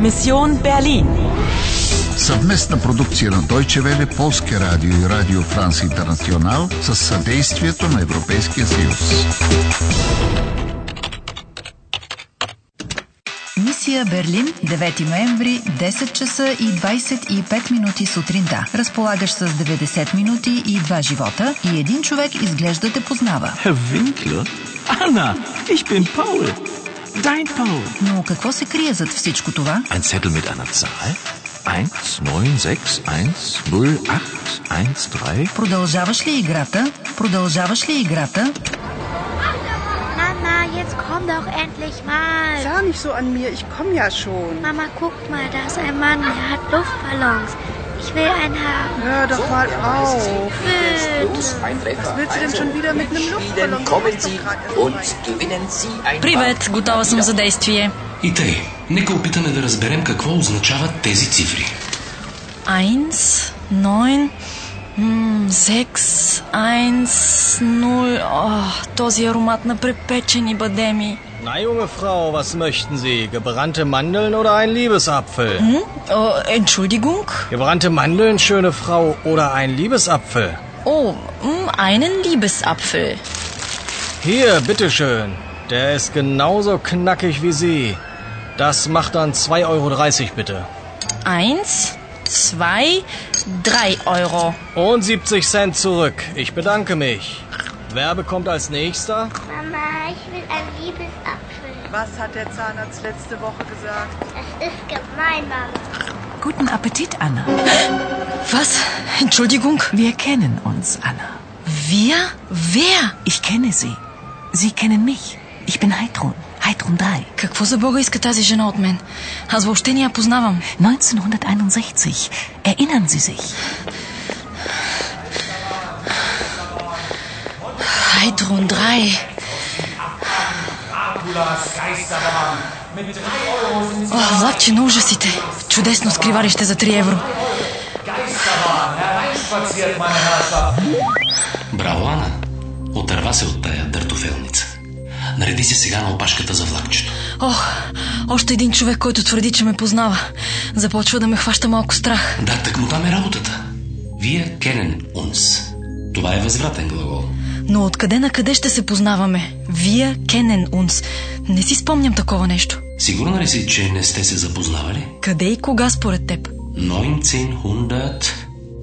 Mission Berlin. Съвместна продукция на Deutsche Welle, Полския радио и Радио Франс Интернационал с съдействието на Европейския съюз. Мисия Берлин, 9 ноември, 10 часа и 25 минути сутринта. Разполагаш с 90 минути и 2 живота и един човек изглежда те познава. Herr Winkler? Anna, ich bin Paul. Dein Paul. Но какво се крие зад всичко това? Ein Zettel mit einer Zahl? 1, 9, 6, 1, 0, 8, 1, 3. Продължаваш ли играта? Продължаваш ли играта? Mama, jetzt komm doch endlich mal. Sah nicht so an mir, ich komme ja schon. Mama, guck mal, da ist ein Mann, der hat Luftballons. Ich will einen haben. Hör doch mal auf. Bitte. Was willst du denn schon wieder mit einem Luftballon? Kommen Du Sie hast doch gerade erst und rein. gewinnen Sie ein Привет, готова съм за действие. И тъй, нека опитаме да разберем какво означават тези цифри. Eins, neun, м, sechs, eins, null. Ох, този аромат на препечени бадеми. Na, junge Frau, was möchten Sie? Gebrannte Mandeln oder ein Liebesapfel? Mhm. О, е, Entschuldigung? Gebrannte Mandeln, schöne Frau, oder ein Liebesapfel? Oh, м, einen Liebesapfel. Hier, bitteschön. Der ist genauso knackig wie Sie. Das macht dann 2,30 Euro bitte. Eins, zwei, drei Euro. Und 70 Cent zurück. Ich bedanke mich. Wer bekommt als nächster? Mama, ich will einen Liebesapfel. Was hat der Zahnarzt letzte Woche gesagt? Das ist gemein, Mama. Guten Appetit, Anna. Was? Entschuldigung? Wir kennen uns, Anna. Wir? Wer? Ich kenne Sie. Sie kennen mich. Ich bin Heidrun. Heidrun 3. Какво за бога иска тази жена от мен? Аз въобще не я познавам. 1961. Erinnern Sie sich? Хайдрон Драй. О, влакче на ужасите. Чудесно скривалище за 3 евро. Браво, Ана! Отърва се от тая дъртофелница. Нареди се сега на опашката за влакчето. Ох, още един човек, който твърди, че ме познава. Започва да ме хваща малко страх. Да, так му там е работата. Вие кенен унс. Това е възвратен глагол. Но откъде на къде ще се познаваме? Вия Кенен Унс. Не си спомням такова нещо. Сигурна ли си, че не сте се запознавали? Къде и кога според теб? 1900,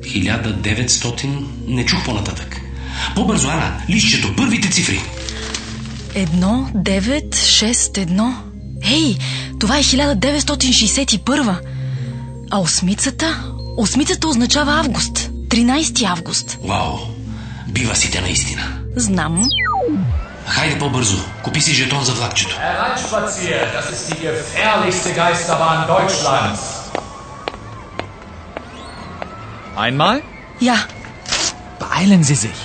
1900, не чух по-нататък. По-бързо, Ана, лището, първите цифри. Едно, девет, шест, едно. Ей, това е 1961. А осмицата? Осмицата означава август. 13 август. Вау, бива си те наистина. Знам. Хайде по-бързо, купи си жетон за влакчето. Hereinspaziert, das ist die gefährlichste Geisterbahn Deutschlands. Einmal? Я. Beeilen Sie sich.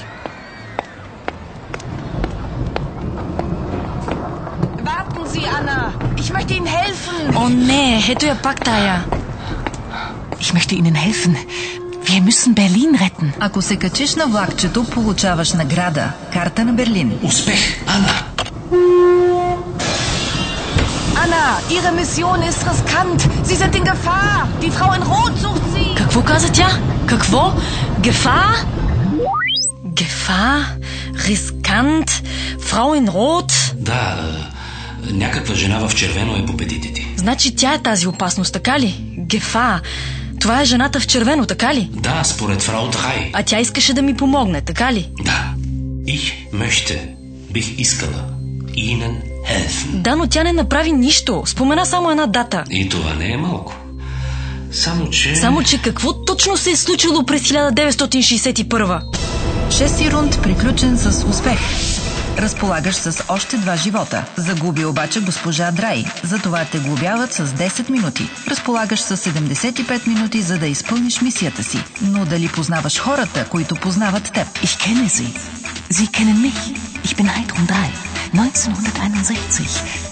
Warten Sie, Anna. Ich möchte Ihnen helfen. О, не, ето я пак тая. Ich möchte Ihnen helfen. Wir müssen Berlin retten. Ако се качиш на влакчето, получаваш награда карта на Берлин. Успех, Ана! Anna, Ihre Mission ist riskant. Sie sind in Gefahr. Die Frau in Rot sucht Sie. Какво каза тя? Какво? Гефа? Гефа? Рискант? Фрауен Рот? Да, е, някаква жена в червено е по петите ти. Значи тя е тази опасност, така ли? Гефа. Това е жената в червено, така ли? Да, според фрау Драй. А тя искаше да ми помогне, така ли? Да. Ich möchte, бих искала, Ihnen helfen. Да, но тя не направи нищо. Спомена само една дата. И това не е малко. Само, че... Само, че какво точно се е случило през 1961? Шести рунд приключен с успех. Разполагаш с още два живота. Загуби обаче госпожа Драй. Затова те глобяват с 10 минути. Разполагаш с 75 минути, за да изпълниш мисията си. Но дали познаваш хората, които познават теб? Ich kenne sie. Sie kennen mich. Ich bin Heidrun Драй. 1961.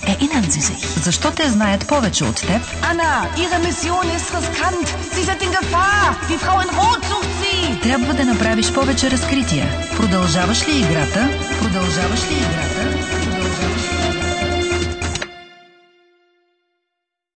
Erinnern Sie sich? Защо те знаят повече от теб? Anna, Ihre Mission ist riskant. Sie sind in Gefahr. Die Frau in Rot sucht Sie. Трябва да направиш повече разкрития. Продължаваш ли играта? Продължаваш ли играта?